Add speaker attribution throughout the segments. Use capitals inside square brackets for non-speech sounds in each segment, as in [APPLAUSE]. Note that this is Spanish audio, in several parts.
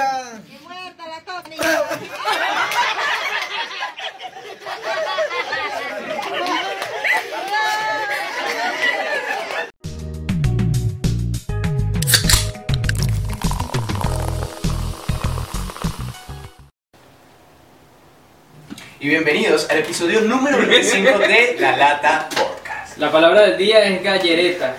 Speaker 1: Mira,
Speaker 2: ¡Que muerta la tóxica!
Speaker 3: Y bienvenidos al episodio número 25 de La Lata
Speaker 4: [LAUGHS]
Speaker 3: Podcast.
Speaker 4: La palabra del día es gallereta,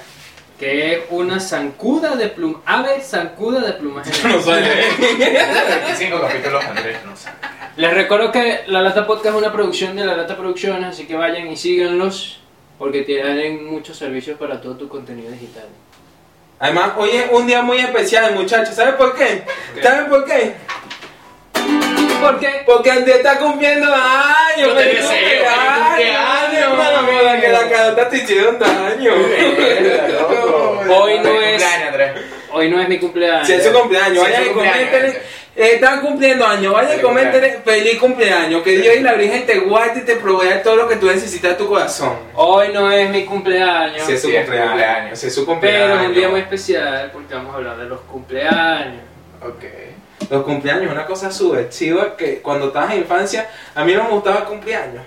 Speaker 4: que es una zancuda de plum ave zancuda de plumaje.
Speaker 3: Estos 25 capítulos, Andrés, no sabe.
Speaker 4: Les recuerdo que La Lata Podcast es una producción de La Lata Producciones, así que vayan y síganlos porque tienen muchos servicios para todo tu contenido digital.
Speaker 5: Además, hoy es un día muy especial, muchachos. ¿Saben por qué?
Speaker 4: ¿Qué?
Speaker 5: ¿Saben por qué?
Speaker 4: Porque
Speaker 5: Porque Andrés está cumpliendo años.
Speaker 4: No te
Speaker 5: ¡Feliz
Speaker 4: deseo,
Speaker 5: cumpleaños,
Speaker 4: feliz cumpleaños!
Speaker 5: hermano, mira que la carota te hicieron daño. [LAUGHS]
Speaker 4: Hoy
Speaker 3: Feliz
Speaker 4: no es-
Speaker 3: cumpleaños, Andrés.
Speaker 4: hoy no es mi cumpleaños.
Speaker 5: Si es su cumpleaños,
Speaker 3: Sí, es
Speaker 5: vayan
Speaker 3: su
Speaker 5: y
Speaker 3: cumpleaños,
Speaker 5: coméntenle.
Speaker 3: Andrés.
Speaker 5: eh, Están cumpliendo años, vayan y
Speaker 3: Feliz
Speaker 5: coméntenle feliz cumpleaños. Que Dios y la Virgen te guarde y te provea todo lo que tú necesitas a tu corazón.
Speaker 4: Hoy no es mi cumpleaños.
Speaker 5: Si es su
Speaker 3: sí, es
Speaker 5: cumpleaños,
Speaker 3: cumpleaños.
Speaker 5: si es su
Speaker 4: Pero
Speaker 5: cumpleaños.
Speaker 4: es un día muy especial porque vamos a hablar de los cumpleaños.
Speaker 3: Ok.
Speaker 5: Los cumpleaños, una cosa subjetiva que cuando estabas en infancia, a mí no me gustaba el cumpleaños.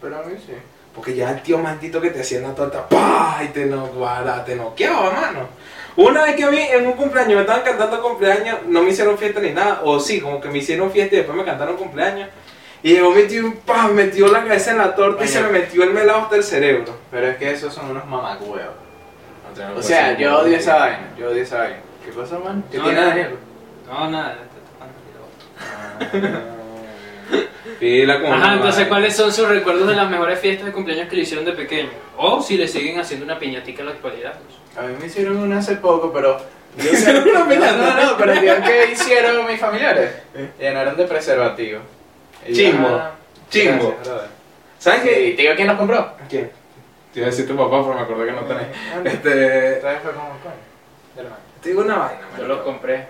Speaker 3: Pero a mí sí.
Speaker 5: Porque ya el tío maldito que te hacía una torta, pa Y te no, guarda, te noqueaba, mano. Una vez que a mí en un cumpleaños me estaban cantando cumpleaños, no me hicieron fiesta ni nada. O sí, como que me hicieron fiesta y después me cantaron cumpleaños. Y llegó mi tío, pa, metió la cabeza en la torta y
Speaker 3: Coño.
Speaker 5: se me metió el melado hasta el cerebro.
Speaker 3: Pero es que esos son unos mamagüeos. O
Speaker 5: Pues
Speaker 3: sea, yo odio esa vaina. Yo odio esa vaina. ¿Qué pasa, man? ¿Qué
Speaker 4: No,
Speaker 3: tiene
Speaker 4: nada.
Speaker 3: Daniel?
Speaker 4: No, nada, te tocan el otro.
Speaker 3: Ah.
Speaker 5: [LAUGHS] Pila como
Speaker 4: Ajá,
Speaker 5: una
Speaker 4: entonces,
Speaker 5: madre.
Speaker 4: ¿cuáles son sus recuerdos de las mejores fiestas de cumpleaños que le hicieron de pequeño? O si le siguen haciendo una piñatica en la actualidad. pues.
Speaker 3: A mí me hicieron una hace poco, [LAUGHS] pero. yo sé-
Speaker 5: hicieron [LAUGHS] una
Speaker 3: no, Eh.
Speaker 5: piñata.
Speaker 3: no, no, pero digan [LAUGHS] que hicieron mis familiares. Llenaron de preservativo. Y yo,
Speaker 5: Chimbo,
Speaker 3: ah,
Speaker 5: chimbo.
Speaker 3: gracias, brother.
Speaker 5: ¿Sabes
Speaker 3: ¿Y
Speaker 5: qué?
Speaker 3: te digo quién los compró?
Speaker 5: ¿Quién? Te iba a decir tu papá, pero me acordé que no tenés.
Speaker 3: Este
Speaker 5: Este.
Speaker 3: fue como coño. de la mano.
Speaker 5: Te digo una vaina,
Speaker 4: Yo los
Speaker 5: marico.
Speaker 4: compré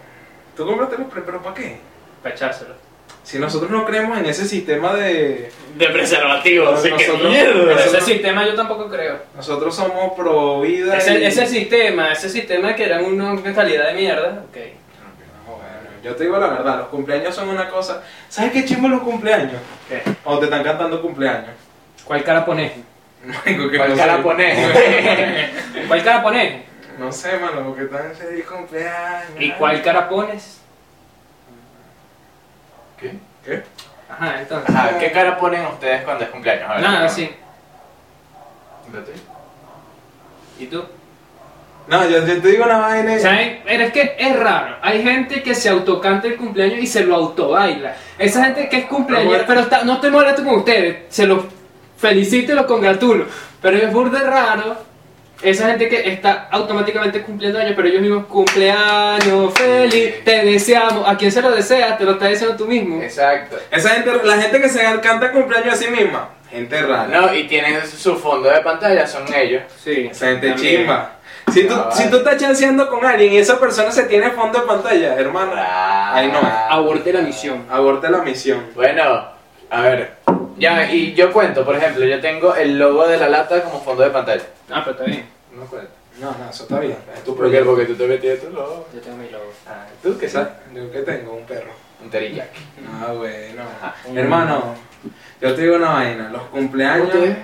Speaker 5: Tú compraste los pre, pero ¿para qué?
Speaker 4: para echárselos.
Speaker 5: Si nosotros no creemos en ese sistema de.
Speaker 4: De preservativo,
Speaker 5: así que mierda.
Speaker 4: ese
Speaker 5: Nosotros-
Speaker 4: sistema yo tampoco creo.
Speaker 5: Nosotros somos pro vida. y-
Speaker 4: Ese, ese sistema, ese sistema que eran una una calidad de mierda, ok.
Speaker 5: Bueno, yo te digo la verdad, los cumpleaños son una cosa. ¿Sabes qué chimbo los cumpleaños?
Speaker 4: ¿Qué?
Speaker 5: O te están cantando cumpleaños.
Speaker 4: ¿Cuál cara [LAUGHS] pones?
Speaker 5: Marico, que
Speaker 3: ¿Cuál
Speaker 5: no
Speaker 3: cara
Speaker 5: sé.
Speaker 3: pones?
Speaker 4: ¿Cuál cara pones?
Speaker 5: No sé, mano, porque están feliz cumpleaños.
Speaker 4: ¿Y cuál cara pones?
Speaker 3: ¿Qué?
Speaker 5: ¿Qué?
Speaker 4: Ajá, entonces.
Speaker 3: Ajá, ¿qué cara ponen ustedes cuando es cumpleaños? A ver,
Speaker 4: Ah. Nada,
Speaker 3: ¿no?
Speaker 4: sí.
Speaker 3: Vete.
Speaker 4: ¿Y tú?
Speaker 5: No, yo, yo te digo una vaina. y-
Speaker 4: ¿Saben? Pero es que es raro. Hay gente que se autocanta el cumpleaños y se lo autobaila. Esa gente que es cumpleaños,
Speaker 5: Amor.
Speaker 4: pero está- no estoy molesto con ustedes. Se los felicito y los congratulo. Pero es burde raro. Esa gente que está automáticamente cumpliendo años, pero ellos mismos, cumpleaños, feliz, te deseamos. ¿A quién se lo deseas? Te lo estás diciendo tú mismo.
Speaker 3: Exacto.
Speaker 5: Esa gente, la gente que se canta cumpleaños a sí misma, gente rara.
Speaker 3: No, y tienen su fondo de pantalla, son ellos.
Speaker 4: Sí.
Speaker 5: Esa gente
Speaker 4: también.
Speaker 5: chimba. Si tú,
Speaker 3: Ah,
Speaker 5: si
Speaker 3: vale.
Speaker 5: tú estás chanceando con alguien y esa persona se tiene fondo de pantalla, hermano,
Speaker 3: Ay,
Speaker 5: Ay, no.
Speaker 4: Aborté la misión.
Speaker 5: aborta la misión.
Speaker 3: Bueno, a ver. Ya, y yo cuento, por ejemplo, yo tengo el logo de la lata como fondo de pantalla.
Speaker 4: Ah, pero está bien.
Speaker 3: No cuento.
Speaker 5: No, no, eso está bien. Es tu
Speaker 3: ¿Por qué?
Speaker 5: proyecto.
Speaker 3: Porque tú te metiste tu logo.
Speaker 4: Yo tengo mi logo.
Speaker 3: Ah, ¿Tú qué sabes?
Speaker 5: Yo que tengo un perro.
Speaker 3: Un teriyaki.
Speaker 5: Ah, bueno.
Speaker 4: Un-
Speaker 5: Hermano, yo te digo una vaina. Los cumpleaños.
Speaker 3: ¿Ustedes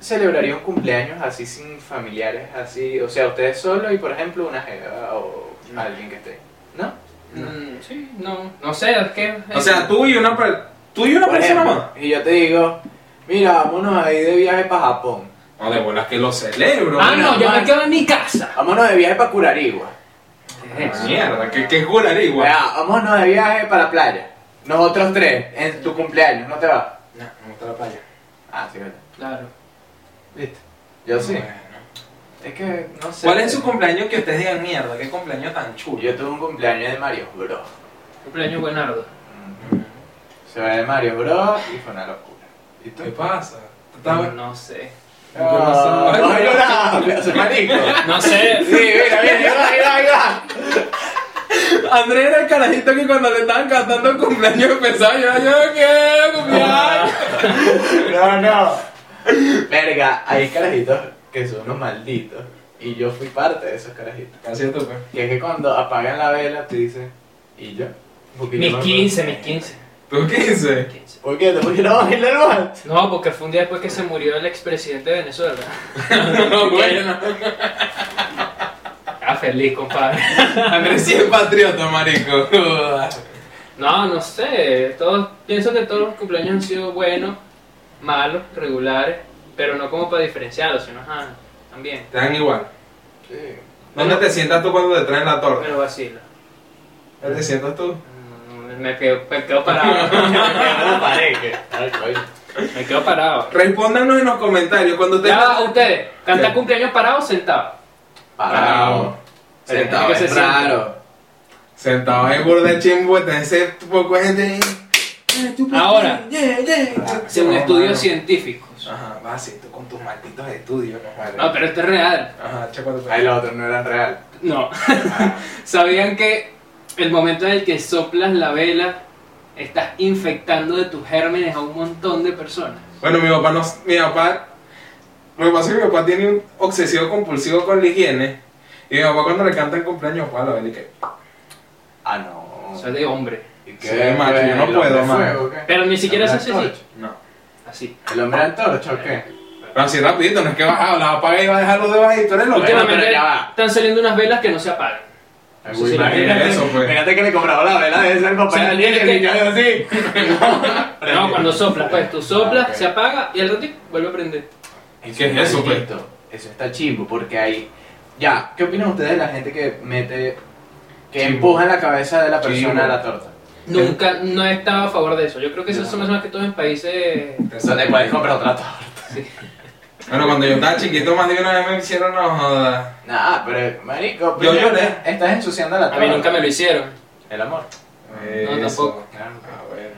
Speaker 3: celebrarían cumpleaños así sin familiares? así O sea, ustedes solo y por ejemplo una jeva o
Speaker 5: No.
Speaker 3: alguien que esté. ¿No?
Speaker 5: No.
Speaker 4: Mm, sí, no. No sé, es que.
Speaker 5: O sea, tú y una, per- tú y una
Speaker 3: Por
Speaker 5: persona
Speaker 3: ejemplo,
Speaker 5: más.
Speaker 3: y yo te digo, mira, vámonos ahí de viaje para Japón.
Speaker 5: No, de bolas que lo celebro.
Speaker 4: Ah,
Speaker 5: mira.
Speaker 4: no, yo me
Speaker 3: man.
Speaker 4: quedo en mi casa.
Speaker 3: Vámonos de viaje para Curarigua.
Speaker 4: ¿Qué es
Speaker 5: Ah,
Speaker 4: eso?
Speaker 5: Mierda, que, que jurar igual.
Speaker 3: Ah, vámonos de viaje para la playa. Nosotros tres, en tu cumpleaños, ¿no te vas?
Speaker 5: No, me gusta la playa.
Speaker 3: Ah, sí, verdad.
Speaker 4: Claro.
Speaker 3: Listo. Yo sí.
Speaker 5: Bueno.
Speaker 3: Es que no sé.
Speaker 5: ¿Cuál es su cumpleaños que ustedes digan mierda? ¿Qué cumpleaños tan chulo?
Speaker 3: Yo tuve un cumpleaños de Mario Bros.
Speaker 4: Cumpleaños Buenardo.
Speaker 3: Se va de Mario Bros. y fue una locura. ¿Y tú?
Speaker 5: ¿Qué pasa? ¿Tú estabas-
Speaker 4: No sé.
Speaker 3: No, no, no, no, soy marico.
Speaker 4: No sé.
Speaker 3: Sí, mira, mira, ahí va, ahí va, ahí va.
Speaker 5: [LAUGHS] Andrés era el carajito que cuando le estaban cantando el cumpleaños empezaba yo, yo qué cumpleaños.
Speaker 4: Ah,
Speaker 3: No, no. Verga, hay carajitos que son unos malditos. Y yo fui parte de esos carajitos.
Speaker 5: Casi esto, pues.
Speaker 3: Y es que cuando apagan la vela te dicen, ¿y yo? Porque yo
Speaker 4: Mis
Speaker 3: me acuerdo-
Speaker 4: 15, mis 15.
Speaker 5: ¿Tú 15?
Speaker 4: mis 15.
Speaker 1: ¿Por qué? ¿Por qué no vas a bailar más?
Speaker 4: No, porque fue un día después que se murió el expresidente de Venezuela.
Speaker 5: [LAUGHS] No, bueno.
Speaker 4: [LAUGHS] Ah, feliz, compadre.
Speaker 5: [LAUGHS] Andrés sí es patriota, marico. [LAUGHS]
Speaker 4: No, no sé. Todos, pienso que todos los cumpleaños han sido buenos, malos, regulares, pero no como para diferenciarlos, sino ajá, también.
Speaker 5: Te dan igual.
Speaker 3: Sí.
Speaker 5: ¿Dónde te sientas tú cuando te traen la torta?
Speaker 4: Me lo vacilo.
Speaker 5: ¿Dónde te sientas tú?
Speaker 4: Mm, Me quedo, me quedo parado.
Speaker 3: [LAUGHS]
Speaker 5: Ah.
Speaker 3: No parece. Ay, coño.
Speaker 4: Me quedo parado.
Speaker 5: Respóndanos en los comentarios cuando te...
Speaker 4: Ya va, ustedes, ¿canta
Speaker 5: Ya.
Speaker 4: cumpleaños parado o sentado?
Speaker 3: Parado.
Speaker 4: Pero
Speaker 3: Sentado
Speaker 4: es que
Speaker 3: es
Speaker 4: se
Speaker 3: raro.
Speaker 5: Sentado en burda chimbo, te ese poco de gente.
Speaker 4: Ahora, según
Speaker 5: No,
Speaker 4: estudios
Speaker 5: mano.
Speaker 4: científicos.
Speaker 5: Ajá, vas así, tú con tus malditos estudios, no vale.
Speaker 4: No, pero esto es real.
Speaker 5: Ajá, pues. chacuate.
Speaker 3: Ahí los otros no eran real. Ah,
Speaker 4: No. [LAUGHS] ¿Sabían que el momento en el que soplas la vela estás infectando de tus gérmenes a un montón de personas?
Speaker 5: Bueno, mi papá no. Mi papá. Lo que pasa es que mi papá tiene un obsesivo compulsivo con la higiene. Y mi papá cuando le canta el cumpleaños, papá, la vela y que.
Speaker 3: Ah, no.
Speaker 4: Soy de hombre.
Speaker 3: ¿Y
Speaker 5: Sí, macho, yo no
Speaker 3: ¿El hombre
Speaker 5: puedo, macho.
Speaker 3: fuego, o qué?
Speaker 4: Pero ni siquiera
Speaker 3: ¿El
Speaker 4: se
Speaker 3: hombre
Speaker 4: hace así.
Speaker 3: antorcha?
Speaker 5: No.
Speaker 4: Así.
Speaker 3: ¿El hombre antorcha o qué?
Speaker 5: Pero así rapidito, no es que bajaba, la apaga y va a dejar los dedos ahí, tú eres loco.
Speaker 3: Bueno, pero
Speaker 4: Últimamente
Speaker 3: ya va.
Speaker 4: están saliendo unas velas que no se apagan.
Speaker 3: Ay,
Speaker 4: Sí,
Speaker 3: güey,
Speaker 4: sí, la
Speaker 3: imagínate,
Speaker 5: tiene eso, pues.
Speaker 3: imagínate que le compraba la vela de ese al papá
Speaker 4: Sí,
Speaker 3: de alguien y
Speaker 4: tiene
Speaker 3: el niño
Speaker 4: que-
Speaker 3: así.
Speaker 4: No, cuando soplas, pues tú soplas,
Speaker 3: Ah, ok.
Speaker 4: se apaga y al ratito vuelve a prender.
Speaker 5: ¿Y qué es eso, pues?
Speaker 3: maldito. Eso está chimbo, porque ahí. Ya, ¿qué opinan ustedes de la gente que mete. que
Speaker 5: Chimbo.
Speaker 3: empuja en la cabeza de la persona
Speaker 5: Chimbo.
Speaker 3: a la torta?
Speaker 4: Nunca, no he estado a favor de eso. Yo creo que eso
Speaker 3: No.
Speaker 4: son más que todo en países.
Speaker 3: Donde puedes comprar otra torta.
Speaker 5: Bueno, cuando yo estaba chiquito, más de una vez me hicieron no joda.
Speaker 3: Nah, pero, marico,
Speaker 5: Yo
Speaker 3: primero
Speaker 5: lloré.
Speaker 3: Estás ensuciando la
Speaker 4: A
Speaker 3: torta.
Speaker 4: mí nunca me lo hicieron.
Speaker 3: El amor.
Speaker 5: Eso.
Speaker 4: tampoco.
Speaker 5: Ah, bueno.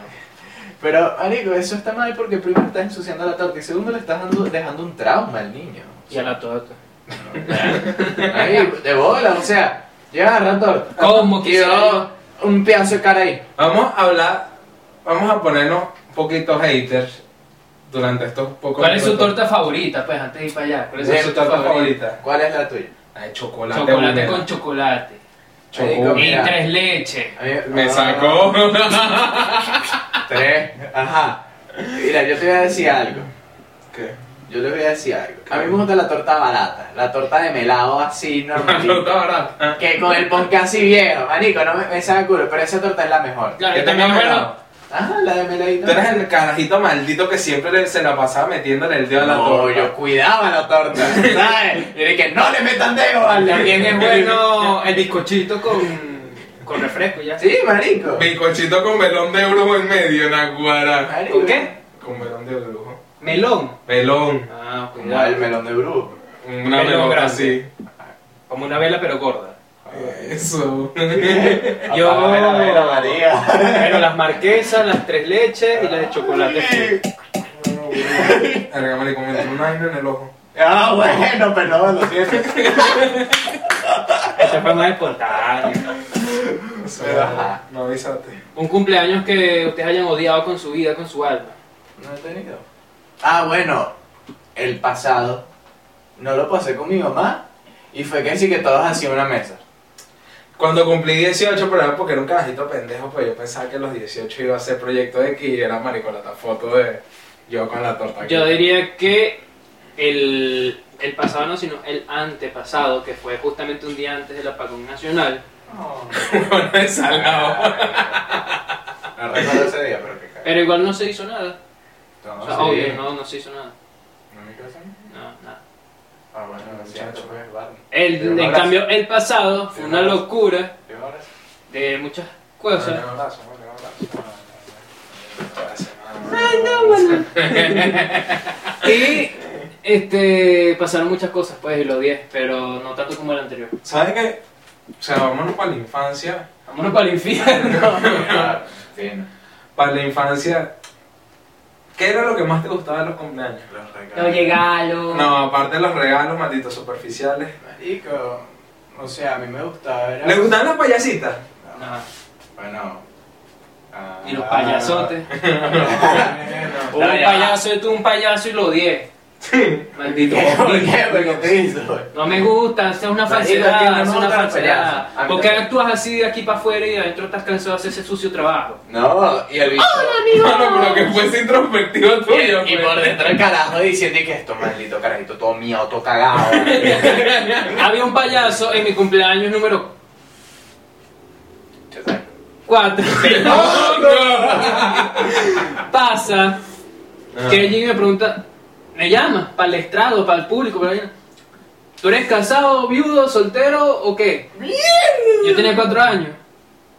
Speaker 3: Pero, marico, eso está mal porque primero estás ensuciando la torta y segundo le estás dando- dejando un trauma al niño.
Speaker 4: Y a la torta.
Speaker 3: [LAUGHS] Ahí, de bola, o sea, llega a agarrar torta.
Speaker 4: ¿Cómo
Speaker 3: Y yo,
Speaker 4: quisiera?
Speaker 3: un pedazo de cara ahí.
Speaker 5: Vamos a hablar. Vamos a ponernos un poquito haters durante estos pocos
Speaker 4: ¿Cuál es su
Speaker 5: minutos.
Speaker 4: torta favorita? Pues antes de ir para allá. ¿Cuál es
Speaker 5: ¿Cuál es su torta favorita?
Speaker 3: ¿Cuál es la tuya?
Speaker 5: La de chocolate.
Speaker 4: Chocolate
Speaker 5: húmedo.
Speaker 4: con chocolate.
Speaker 5: Chocolate.
Speaker 4: Y
Speaker 3: Mira.
Speaker 4: tres leches.
Speaker 3: A mí-
Speaker 5: Me
Speaker 3: ah, [LAUGHS]
Speaker 5: sacó.
Speaker 3: Tres. Ajá. Mira, yo te voy a decir algo.
Speaker 5: [LAUGHS] ¿Qué?
Speaker 3: Yo te voy a decir algo. A mí me gusta la torta barata. La torta de melado
Speaker 5: [LAUGHS]
Speaker 3: así,
Speaker 5: La torta
Speaker 3: normal.
Speaker 5: barata.
Speaker 3: que con el pan casi viejo, marico, no me, me sabe culo, pero esa torta es la mejor.
Speaker 4: Claro,
Speaker 5: ¿Qué
Speaker 4: y
Speaker 5: te
Speaker 4: también
Speaker 5: comes,
Speaker 4: bueno.
Speaker 5: Gabo?
Speaker 3: Ajá, la de meladito.
Speaker 5: Tú eres el carajito maldito que siempre le- se la pasaba metiéndole el dedo a la
Speaker 3: No,
Speaker 5: torta.
Speaker 3: yo cuidaba la torta, ¿sabes? Y dije, no le metan dedo,
Speaker 5: [LAUGHS]
Speaker 3: vale.
Speaker 4: También es bueno el bizcochito con, con refresco ya.
Speaker 3: Sí, marico.
Speaker 5: Bizcochito con melón de brujo en medio, Naguara.
Speaker 3: Marico.
Speaker 4: ¿Con qué?
Speaker 5: Con melón de brujo.
Speaker 4: Melón.
Speaker 5: Melón.
Speaker 4: Ah,
Speaker 3: Como el melón de brujo.
Speaker 5: Una
Speaker 4: Melón
Speaker 5: melón
Speaker 4: grande.
Speaker 5: así.
Speaker 4: Como una vela pero gorda.
Speaker 3: [LAUGHS]
Speaker 5: Eso.
Speaker 4: Yo-
Speaker 3: Apaga la vela, María.
Speaker 4: Pero las marquesas, las tres leches y las de chocolate.
Speaker 5: Verga, marico, me entró una vaina en el ojo.
Speaker 3: Ah, bueno, perdón, lo siento.
Speaker 4: Ese fue más espontáneo.
Speaker 5: Eso,
Speaker 3: Pero, ajá.
Speaker 5: No avisaste.
Speaker 4: Un cumpleaños que ustedes hayan odiado con su vida, con su alma.
Speaker 3: No he tenido. Ah, bueno, el pasado no lo pasé con mi mamá y fue que sí que todos hacían una mesa.
Speaker 5: Cuando cumplí 18, pero era porque era un carajito pendejo, pues yo pensaba que los 18 iba a ser proyecto de que era maricolata foto de yo con la torta. aquí.
Speaker 4: Yo diría que el, el pasado no, sino el antepasado, que fue justamente un día antes del apagón nacional.
Speaker 3: Oh. [LAUGHS]
Speaker 5: Bueno, es salado.
Speaker 3: No recuerdo ese día, pero que cagado.
Speaker 4: Pero igual no se hizo nada.
Speaker 3: No,
Speaker 4: O sea,
Speaker 3: sí.
Speaker 4: obvio, no, no se hizo nada.
Speaker 3: ¿No me crees a mí?
Speaker 4: No, nada.
Speaker 3: Ah, bueno, lo siento, pues, Barney.
Speaker 4: El,
Speaker 3: Pero un
Speaker 4: en
Speaker 3: abrazo.
Speaker 4: cambio, el pasado fue una locura
Speaker 3: Te doy un abrazo.
Speaker 4: de muchas
Speaker 5: Bueno,
Speaker 4: cosas.
Speaker 5: un abrazo, bueno, un abrazo.
Speaker 4: Y este, pasaron muchas cosas, pues, y los 10, pero no tanto como el anterior.
Speaker 5: ¿Sabes qué? O sea, vámonos para la infancia.
Speaker 4: Vámonos para
Speaker 3: [LAUGHS]
Speaker 4: el infierno.
Speaker 3: [LAUGHS] Ah, Fino.
Speaker 5: Para la infancia, ¿qué era lo que más te gustaba de los cumpleaños?
Speaker 3: Los regalos.
Speaker 4: Los regalos.
Speaker 5: No, aparte de los regalos malditos superficiales.
Speaker 3: Marico, o sea, a mí me gustaba ver a-
Speaker 5: ¿Le gustaban las payasitas?
Speaker 4: Ajá.
Speaker 3: Bueno. ah,
Speaker 4: Y los payasotes.
Speaker 3: No, no,
Speaker 4: Un
Speaker 3: ya va.
Speaker 4: payaso, esto un payaso y los 10.
Speaker 5: Sí.
Speaker 3: [LAUGHS]
Speaker 4: Maldito.
Speaker 3: [LAUGHS] ¿Qué? ¿Por qué? ¿Por qué
Speaker 4: Maldito.
Speaker 3: te hizo, güey?
Speaker 4: [LAUGHS] No me gusta, es una
Speaker 3: Marico,
Speaker 4: falsedad,
Speaker 3: que no me
Speaker 4: es una
Speaker 3: gustan las
Speaker 4: falsedad.
Speaker 3: peleas. A mí
Speaker 4: ¿Por qué
Speaker 3: también.
Speaker 4: actúas así de aquí para afuera y de adentro estás cansado de hacer ese sucio trabajo?
Speaker 3: No, y el bicho.
Speaker 5: Mano, pero que fuese introspectivo
Speaker 3: Y,
Speaker 5: tuyo,
Speaker 3: y por [LAUGHS]
Speaker 5: pues.
Speaker 3: dentro el carajo diciendo y que esto maldito carajito, todo mío, todo
Speaker 4: [LAUGHS]
Speaker 3: cagado.
Speaker 4: Había un payaso en mi cumpleaños número
Speaker 3: Yo sé.
Speaker 4: 4. [LAUGHS]
Speaker 5: ¡Oh, no!
Speaker 4: Pasa que Jimmy me pregunta, me llama, para el estrado, para el público, para allá. ¿Tú eres casado, viudo, soltero o qué? Yo tenía cuatro años.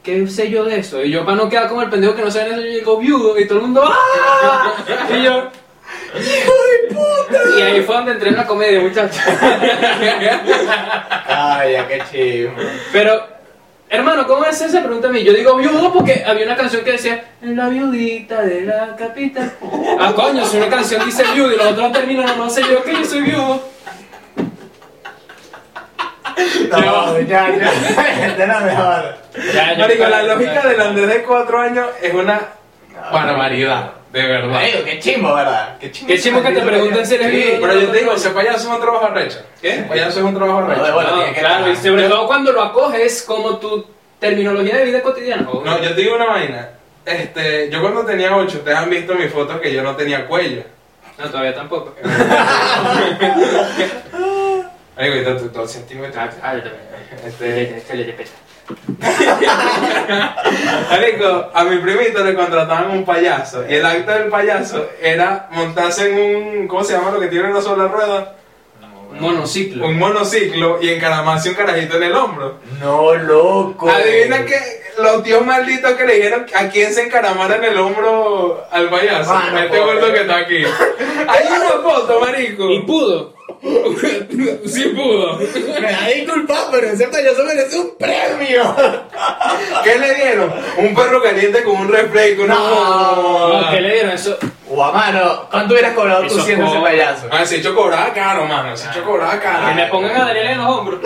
Speaker 4: ¿Qué sé yo de eso? Y yo para no quedar como el pendejo que no sabe eso, yo digo viudo y todo el mundo ¡Ah! Y yo ¡Hijo de puta! Y ahí fue donde entré en la comedia, muchachos.
Speaker 3: Ay, ya qué chido.
Speaker 4: Pero, hermano, ¿cómo es esa pregunta a mí? Yo digo viudo porque había una canción que decía La viudita de la capital. Ah, coño, si una canción dice viudo y los otros terminan, no sé yo que yo soy viudo.
Speaker 3: No, ya, ya. Este no me jodas.
Speaker 4: Ya, yo-
Speaker 5: Marico, la lógica del Andrés de cuatro años es una
Speaker 3: No.
Speaker 5: barbaridad, de verdad.
Speaker 3: Marico, qué chimbo, ¿verdad? Qué chimbo.
Speaker 4: Qué chimo que te pregunten si eres
Speaker 5: Sí,
Speaker 4: viudo.
Speaker 5: pero yo te digo, ese payaso es un trabajo arrecho. ¿Qué? payaso es un trabajo
Speaker 3: No, de
Speaker 5: arrecho.
Speaker 3: bola,
Speaker 4: No,
Speaker 3: tiene que
Speaker 4: claro, y
Speaker 3: estar.
Speaker 4: sobre todo cuando lo acoges como tu terminología de vida cotidiana.
Speaker 5: No, yo te digo una vaina. Este, yo cuando tenía 8, ustedes han visto mis fotos que yo no tenía cuello.
Speaker 4: No, todavía tampoco.
Speaker 5: Ay, güey, tú- tú- dos centímetros.
Speaker 4: Ah,
Speaker 5: Este, marico, a mi primito le contrataban un payaso. Y el acto del payaso era montarse en un, ¿cómo se llama lo que tiene una sola rueda?
Speaker 4: Un Monociclo.
Speaker 5: Un monociclo y encaramarse un carajito en el hombro.
Speaker 3: No, loco.
Speaker 5: Adivina que los tíos malditos que le dijeron a quién se encaramara en el hombro al payaso.
Speaker 3: Mano,
Speaker 5: este
Speaker 3: pobre.
Speaker 5: gordo que está aquí.
Speaker 4: [LAUGHS]
Speaker 5: Hay una foto, marico.
Speaker 4: Y pudo.
Speaker 5: Sí pudo.
Speaker 3: Me da disculpas, pero ese payaso merece un premio.
Speaker 5: ¿Qué le dieron? Un perro caliente con un refresco. No.
Speaker 4: No, ¿Qué le dieron eso?
Speaker 3: Guamano, ¿cuánto hubieras cobrado tú
Speaker 4: Eso
Speaker 3: siendo ese
Speaker 4: cobra.
Speaker 3: payaso?
Speaker 5: Ah, si yo cobraba caro, mano. Si yo cobraba
Speaker 4: Que me
Speaker 5: caro. [LAUGHS]
Speaker 4: pongan a Daniel en los hombros.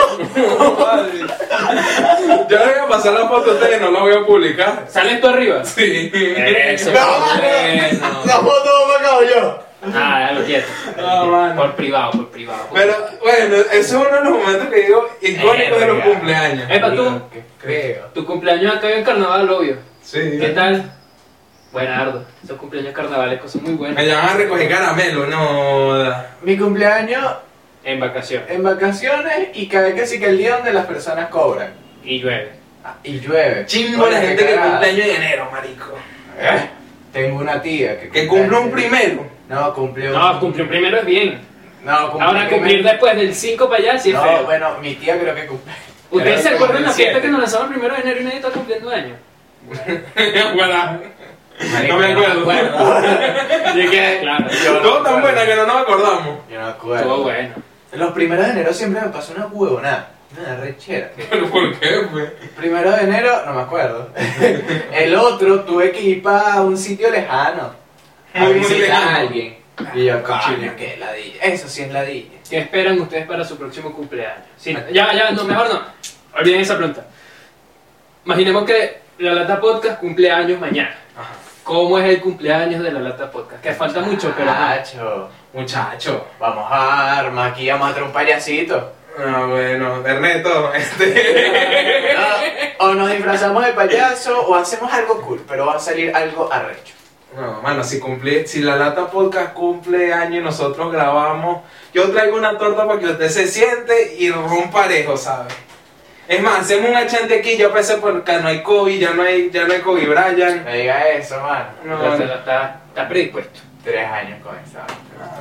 Speaker 5: Yo le voy a pasar la foto a ustedes, no la voy a publicar.
Speaker 4: ¿Sales tú arriba?
Speaker 5: Sí.
Speaker 4: Eso.
Speaker 3: No,
Speaker 4: Bueno.
Speaker 3: mano. La foto me acabo yo.
Speaker 4: Ah, ya lo quieto.
Speaker 5: No, mano.
Speaker 4: Por privado, por privado. por-
Speaker 5: Pero bueno, eso es uno de los momentos que digo icónicos de los
Speaker 3: Verga.
Speaker 5: cumpleaños.
Speaker 4: Epa, tú,
Speaker 3: ¿Qué creo?
Speaker 4: tu cumpleaños acá en carnaval, obvio.
Speaker 5: Sí.
Speaker 4: ¿Qué tal? Buenardo. Esos cumpleaños carnavales, cosas muy
Speaker 5: Me
Speaker 4: buenas.
Speaker 5: llaman a recoger caramelo, no.
Speaker 3: Mi cumpleaños
Speaker 4: En vacaciones.
Speaker 3: en vacaciones y cae casi que el día donde las personas cobran.
Speaker 4: Y llueve.
Speaker 3: Ah, Y llueve.
Speaker 5: Chingo la
Speaker 3: Oye,
Speaker 5: gente
Speaker 3: qué
Speaker 5: que
Speaker 3: cagada.
Speaker 5: cumpleaños en enero, marico.
Speaker 3: Eh, Tengo una tía que,
Speaker 5: Que
Speaker 3: cumple
Speaker 5: cumple un
Speaker 3: antes.
Speaker 5: [LAUGHS] primero.
Speaker 3: No, cumplió
Speaker 4: No, cumplir primero es bien.
Speaker 3: No, cumplió
Speaker 4: Ahora cumplir
Speaker 3: primero.
Speaker 4: después del 5 para allá sí es
Speaker 3: No,
Speaker 4: feo.
Speaker 3: bueno, mi tía creo que cumple.
Speaker 4: ¿Ustedes se
Speaker 3: creo que
Speaker 4: acuerdan
Speaker 3: cumplió
Speaker 4: de la fiesta
Speaker 3: siete.
Speaker 4: que nos lanzamos el primero de enero y nadie está cumpliendo años?
Speaker 5: Guarda.
Speaker 3: Marico,
Speaker 5: [LAUGHS] No me
Speaker 3: yo
Speaker 5: acuerdo. [LAUGHS]
Speaker 4: Yo que, claro.
Speaker 3: Yo no
Speaker 5: Todo
Speaker 3: me acuerdo.
Speaker 5: tan buena que no nos acordamos.
Speaker 3: Yo no me
Speaker 4: Todo
Speaker 3: acuerdo.
Speaker 4: bueno.
Speaker 3: Los primeros de enero siempre me pasó una huevonada. Una rechera.
Speaker 5: ¿Pero por qué, pues?
Speaker 3: Primero de enero, no me acuerdo. [LAUGHS] El otro tuve que ir para un sitio lejano. A
Speaker 5: Muy, muy
Speaker 3: visitar
Speaker 5: lejano.
Speaker 3: a alguien. Y yo, coño,
Speaker 5: Coño.
Speaker 3: qué ladilla. Eso sí es ladilla.
Speaker 4: ¿Qué esperan ustedes para su próximo cumpleaños? Sí, ya, ya, no, mejor no. Olviden esa pregunta. Imaginemos que La Lata Podcast cumple años mañana.
Speaker 5: Ajá.
Speaker 4: ¿Cómo es el cumpleaños de La Lata Podcast? Que falta mucho, pero...
Speaker 5: Ah,
Speaker 3: Cacho,
Speaker 5: Muchacho.
Speaker 3: vamos a arma, aquí vamos a hacer un payasito.
Speaker 5: Ah, bueno, Ernesto, [LAUGHS] este.
Speaker 3: No, O nos disfrazamos de payaso o hacemos algo cool, pero va a salir algo arrecho.
Speaker 5: No, mano, si cumple, si la lata podcast cumple año y nosotros grabamos, yo traigo una torta para que usted se siente y rompa parejo, ¿sabes? Es más, hacemos un achante aquí, ya pensé porque no hay Kobe, ya no hay, ya no hay Kobe Bryant.
Speaker 3: Me diga eso, mano.
Speaker 5: No,
Speaker 4: La Lata está, está predispuesto.
Speaker 3: Tres años con esa.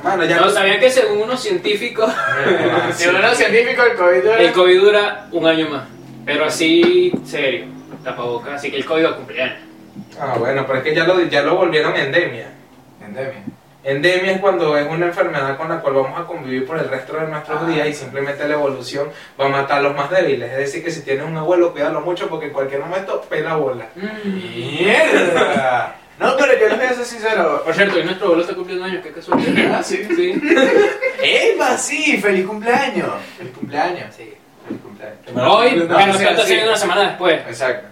Speaker 5: mano, ya pues.
Speaker 4: No, sabían que según unos científicos,
Speaker 5: [LAUGHS]
Speaker 3: Si uno científico, el COVID dura-
Speaker 4: el COVID dura un año más. Pero así, serio, tapabocas. Así que el COVID va a cumplir años.
Speaker 5: Ah, bueno, pero es que ya lo, ya lo volvieron endemia.
Speaker 3: Endemia.
Speaker 5: Endemia es cuando es una enfermedad con la cual vamos a convivir por el resto de nuestros
Speaker 3: Ah.
Speaker 5: días y simplemente la evolución va a matar a los más débiles. Es decir, que si tienes un abuelo, cuídalo mucho porque en cualquier momento pela bola. Mm.
Speaker 3: ¡Mierda! No, pero yo les voy a ser sincero.
Speaker 4: Por cierto, hoy nuestro abuelo está cumpliendo años, qué casualidad.
Speaker 5: [LAUGHS]
Speaker 3: Ah, sí.
Speaker 4: Sí.
Speaker 3: ¡Eva, sí! ¡Feliz cumpleaños! ¡Feliz cumpleaños! Sí. ¡Feliz cumpleaños!
Speaker 4: Hoy,
Speaker 5: No,
Speaker 4: pero
Speaker 3: sí,
Speaker 4: está
Speaker 3: sí.
Speaker 4: saliendo una semana después.
Speaker 3: Exacto.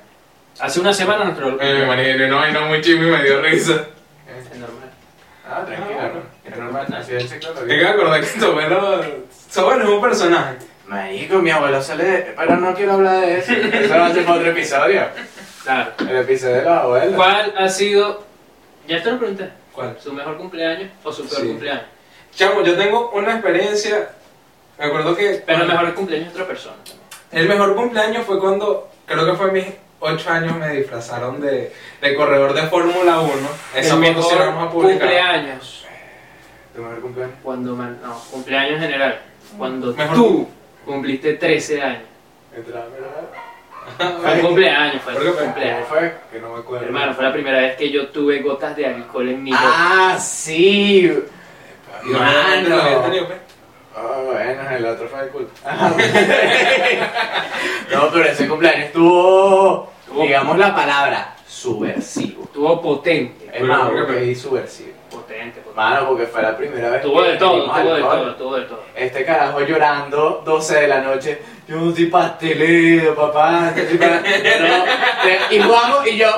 Speaker 4: Hace una semana nuestro
Speaker 5: Eh, marido, no, no, muy chisme y me dio risa.
Speaker 4: Es normal.
Speaker 3: Ah, tranquilo. ¿no? Es normal, así es el ciclo de la
Speaker 5: Tengo que
Speaker 3: vida.
Speaker 5: acordar que tu abuelo. Su abuelo es un personaje.
Speaker 3: Marico, mi abuelo sale de... Pero no quiero hablar de eso. [LAUGHS] Eso lo hace para otro episodio.
Speaker 4: Claro.
Speaker 3: El episodio de los abuelos.
Speaker 4: ¿Cuál ha sido, ya te lo pregunté,
Speaker 5: ¿Cuál?
Speaker 4: su mejor cumpleaños o su peor
Speaker 5: Sí.
Speaker 4: cumpleaños?
Speaker 5: Chamo, yo tengo una experiencia. Me acuerdo que.
Speaker 4: Pero el mejor cumpleaños de otra persona.
Speaker 5: El mejor cumpleaños fue cuando, creo que fue a mis 8 años, me disfrazaron de, de corredor de Fórmula 1.
Speaker 4: el
Speaker 5: Esa foto
Speaker 4: mejor
Speaker 5: sí la vamos a publicar.
Speaker 4: cumpleaños,
Speaker 3: ¿Tu mejor cumpleaños?
Speaker 4: cuando, man- no, cumpleaños en general, cuando
Speaker 5: Mejor
Speaker 4: tú cumpliste 13 años.
Speaker 3: Entraba, ¿verdad? [LAUGHS]
Speaker 4: Fue un cumpleaños, fue
Speaker 5: ¿Por qué
Speaker 4: un
Speaker 5: fue?
Speaker 3: ¿Cómo
Speaker 4: cumpleaños.
Speaker 3: fue? Que no me acuerdo.
Speaker 4: Hermano, fue la primera vez que yo tuve gotas de alcohol en mi boca.
Speaker 3: Ah, sí.
Speaker 5: Y obviamente lo había tenido, pues.
Speaker 3: Ah, bueno, el Ah, otro fue el culo. [LAUGHS] no, pero ese cumpleaños estuvo, digamos la palabra, subversivo.
Speaker 4: Estuvo potente.
Speaker 3: Es más,
Speaker 5: ¿por qué?
Speaker 3: porque pedí subversivo.
Speaker 4: Potente, potente.
Speaker 3: Mano, porque fue la primera vez
Speaker 4: Tuvo de todo,
Speaker 3: bebimos
Speaker 4: tuvo de
Speaker 3: alcohol.
Speaker 4: todo, tuvo de todo.
Speaker 3: Este carajo llorando, 12 de la noche, yo no soy pastelero, papá, no soy
Speaker 4: [LAUGHS]
Speaker 3: pa- no. Y jugamos, y yo,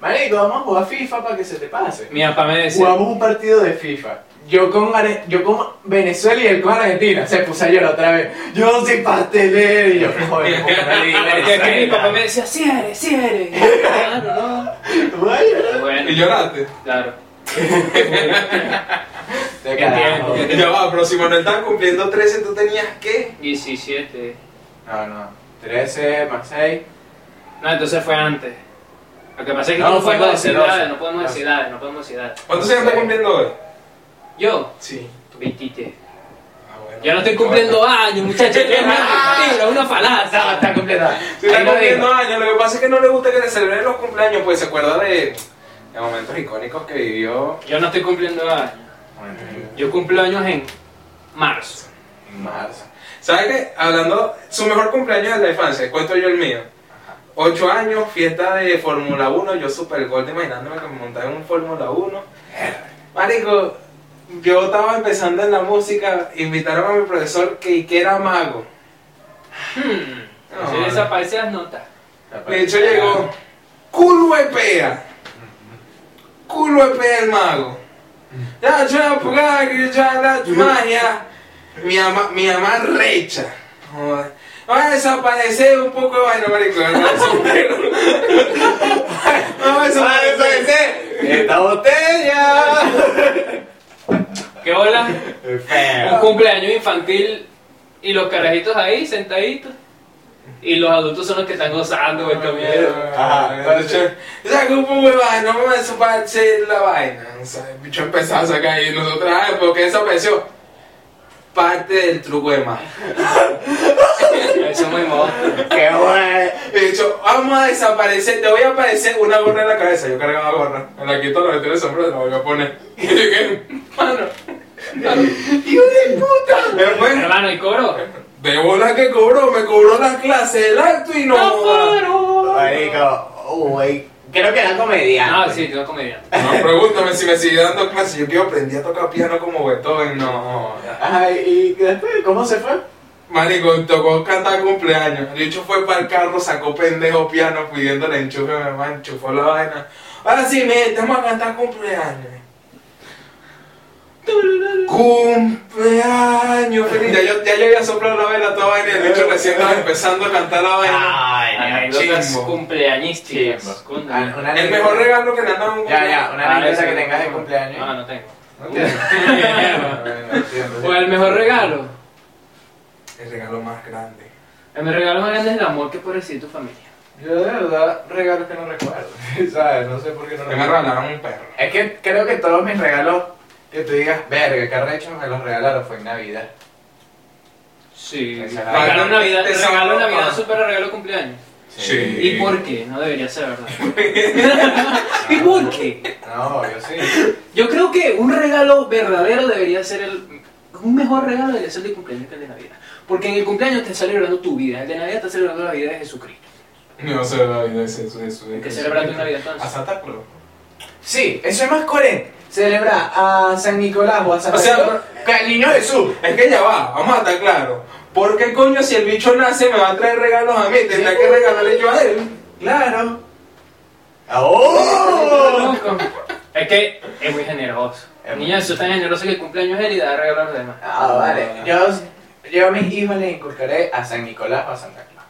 Speaker 3: marico, vamos a jugar FIFA para que se te pase.
Speaker 4: Mi papá me decía,
Speaker 3: Jugamos un partido de FIFA. Yo con, Are- yo con Venezuela y él con Argentina. Se puso a llorar otra vez. Yo no soy pastelero. Y yo, joder, ¿cómo
Speaker 4: [LAUGHS]
Speaker 3: me di
Speaker 4: porque aquí mi papá me
Speaker 3: Venezuela?
Speaker 4: decía, sí eres, sí eres. [LAUGHS] Claro, no.
Speaker 3: Bueno,
Speaker 4: Bueno,
Speaker 5: Y lloraste.
Speaker 4: claro.
Speaker 3: de carajo.
Speaker 4: Entiendo.
Speaker 5: Y [LAUGHS] ya va, pero si Manuel estaba cumpliendo 13, ¿tú tenías qué?
Speaker 4: 17.
Speaker 3: No, no. 13 más 6.
Speaker 4: No, entonces fue antes. Lo que pasa es que
Speaker 3: No,
Speaker 4: no,
Speaker 3: fue
Speaker 4: podemos
Speaker 3: doce,
Speaker 4: decir
Speaker 3: doce.
Speaker 4: edades, no podemos
Speaker 3: Doce.
Speaker 4: decir edades, no podemos decir edades.
Speaker 5: ¿Cuántos años estás cumpliendo hoy?
Speaker 4: Yo,
Speaker 5: Sí.
Speaker 4: 23.
Speaker 5: Ah, bueno.
Speaker 4: Yo no estoy cumpliendo años, muchachos. que Es una mentira, una
Speaker 3: No,
Speaker 4: falacia.
Speaker 3: está completa.
Speaker 5: Si está
Speaker 3: Ahí lo
Speaker 5: cumpliendo
Speaker 3: digo.
Speaker 5: años, lo que pasa es que no le gusta que le celebren los cumpleaños, pues se acuerda de, de momentos icónicos que vivió.
Speaker 4: Yo no estoy cumpliendo años. Yo cumplo años en marzo.
Speaker 3: En marzo.
Speaker 5: ¿Sabes qué? Hablando, su mejor cumpleaños de la infancia, cuento yo el mío. Ocho años, fiesta de Fórmula 1, yo super gol imaginándome que me montaba en un Fórmula 1. Marico, yo estaba empezando en la música, invitaron a mi profesor que, que era mago.
Speaker 4: Entonces desaparecen las notas.
Speaker 5: De hecho llegó, culo de pea. Culo de pea el mago. Ya, ya, pugá, que ya, la magia. Mi mamá, mi mamá recha. Joder. Va a desaparecer un poco de vaina, marico. Va a desaparecer.
Speaker 3: ¡Esta botella!
Speaker 4: ¿Qué hola? Un
Speaker 3: Feo.
Speaker 4: cumpleaños infantil y los carajitos ahí sentaditos. Y los adultos son los que están gozando, güey, miedo.
Speaker 5: Ajá, entonces, sacó un poco de vaina, vamos a desaparecer la vaina. O sea, el bicho empezó a sacar y nosotros, ah, porque desapareció. Parte del truco de magia.
Speaker 4: Eso es muy modesto.
Speaker 3: ¡Qué bueno!
Speaker 5: Y he dicho, vamos a desaparecer, te voy a aparecer una gorra en la cabeza. Yo cargaba gorra, me la quito, la metí en el sombrero, la volví a poner. [LAUGHS] Y dije, mano, mano, hijo de puta. Pero bueno,
Speaker 4: Hermano, ¿y coro?
Speaker 5: de bola que cobró, me cobró las clases del acto y no.
Speaker 3: Marico, uy, creo que era comediante.
Speaker 4: No, sí, tengo comediante.
Speaker 5: No, pregúntame si me sigue dando clases. Yo quiero aprender a tocar piano como Beethoven. No,
Speaker 3: Ay, y después, ¿cómo se fue?
Speaker 5: Marico, tocó cantar cumpleaños. De hecho, fue para el carro, sacó pendejo piano pidiéndole enchufe, mi mamá enchufó la vaina. Ahora sí, me estamos a cantar cumpleaños. Cumpleaños feliz. Ya yo, ya yo había soplado la vela toda vaina. y De hecho, recién estaba empezando a cantar la vaina.
Speaker 3: Ay, Ah,
Speaker 4: Anécdotas
Speaker 5: chimbo.
Speaker 4: cumpleañísticas. Con-
Speaker 5: El mejor regalo que le han dado a un
Speaker 3: Ya, ya, una
Speaker 4: Ah,
Speaker 3: anécdota
Speaker 4: eso.
Speaker 3: que tengas de cumpleaños.
Speaker 5: Ah,
Speaker 3: [LAUGHS]
Speaker 4: No, no tengo. O
Speaker 3: Bueno,
Speaker 4: el mejor regalo.
Speaker 5: El regalo más grande.
Speaker 4: El mejor regalo más grande es el amor que puede recibir tu familia.
Speaker 3: Yo de verdad, regalos que no recuerdo. [LAUGHS] ¿Sabes? No sé por qué no
Speaker 5: Que me
Speaker 3: recuerdo.
Speaker 5: regalaron un perro.
Speaker 3: Es que creo que todos mis regalos que tú digas, verga, qué arrecho me los regalaron fue en Navidad.
Speaker 4: Sí.
Speaker 3: Exacto.
Speaker 4: Regalo
Speaker 5: Regalo-
Speaker 4: Navidad,
Speaker 5: te
Speaker 4: regalo
Speaker 5: salvó,
Speaker 4: Navidad,
Speaker 5: ah.
Speaker 4: super regalo cumpleaños.
Speaker 5: Sí.
Speaker 4: ¿Y por qué? No debería ser, ¿verdad? [LAUGHS] ¿Y por qué?
Speaker 3: No, yo sí.
Speaker 4: Yo creo que un regalo verdadero debería ser el... Un mejor regalo debería ser el de cumpleaños que el de Navidad. Porque en el cumpleaños estás celebrando tu vida. El de Navidad estás celebrando la vida de Jesucristo.
Speaker 5: No sé, la vida es eso, eso.
Speaker 4: ¿Qué celebraste en Navidad
Speaker 5: A
Speaker 4: entonces?
Speaker 5: Santa Claus.
Speaker 3: Sí, eso es más coherente. Celebrar a San Nicolás o a San
Speaker 5: O sea,
Speaker 3: Pedro, que al niño Jesús.
Speaker 5: Es que ya va, vamos a estar claros. ¿Por qué coño si el bicho nace me va a traer regalos a mí? Tendrá que regalarle yo a él.
Speaker 3: Claro. Ah, ¡Oh!
Speaker 4: Es Es que es muy generoso.
Speaker 3: Es
Speaker 4: El
Speaker 3: muy
Speaker 4: niño Jesús es tan generoso que el cumpleaños es él y da regalo a los demás.
Speaker 3: Ah, vale. Yo, yo a mis hijos les inculcaré a San Nicolás o a Santa Claus.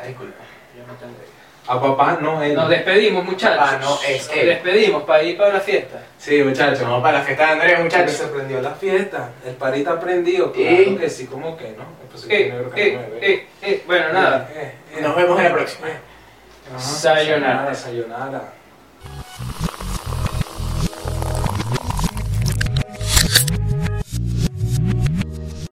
Speaker 3: Ah, disculpa.
Speaker 4: Yo no tendré.
Speaker 5: A papá no él.
Speaker 4: Nos despedimos, muchachos.
Speaker 3: Papá, Ah, no, es
Speaker 4: Nos
Speaker 3: él.
Speaker 4: despedimos para ir para la fiesta.
Speaker 5: Sí, muchachos.
Speaker 3: No, para la fiesta de Andrés,
Speaker 5: Muchachos,
Speaker 3: muchachos.
Speaker 5: se prendió la fiesta. El parita prendido. Claro
Speaker 3: Eh.
Speaker 5: que sí, como que no. Pues,
Speaker 4: Eh,
Speaker 5: creo que no,
Speaker 4: eh, eh, eh. Bueno, nada.
Speaker 5: Eh, eh.
Speaker 3: Nos vemos en la próxima.
Speaker 5: Ajá.
Speaker 4: Sayonara.
Speaker 5: Sayonara.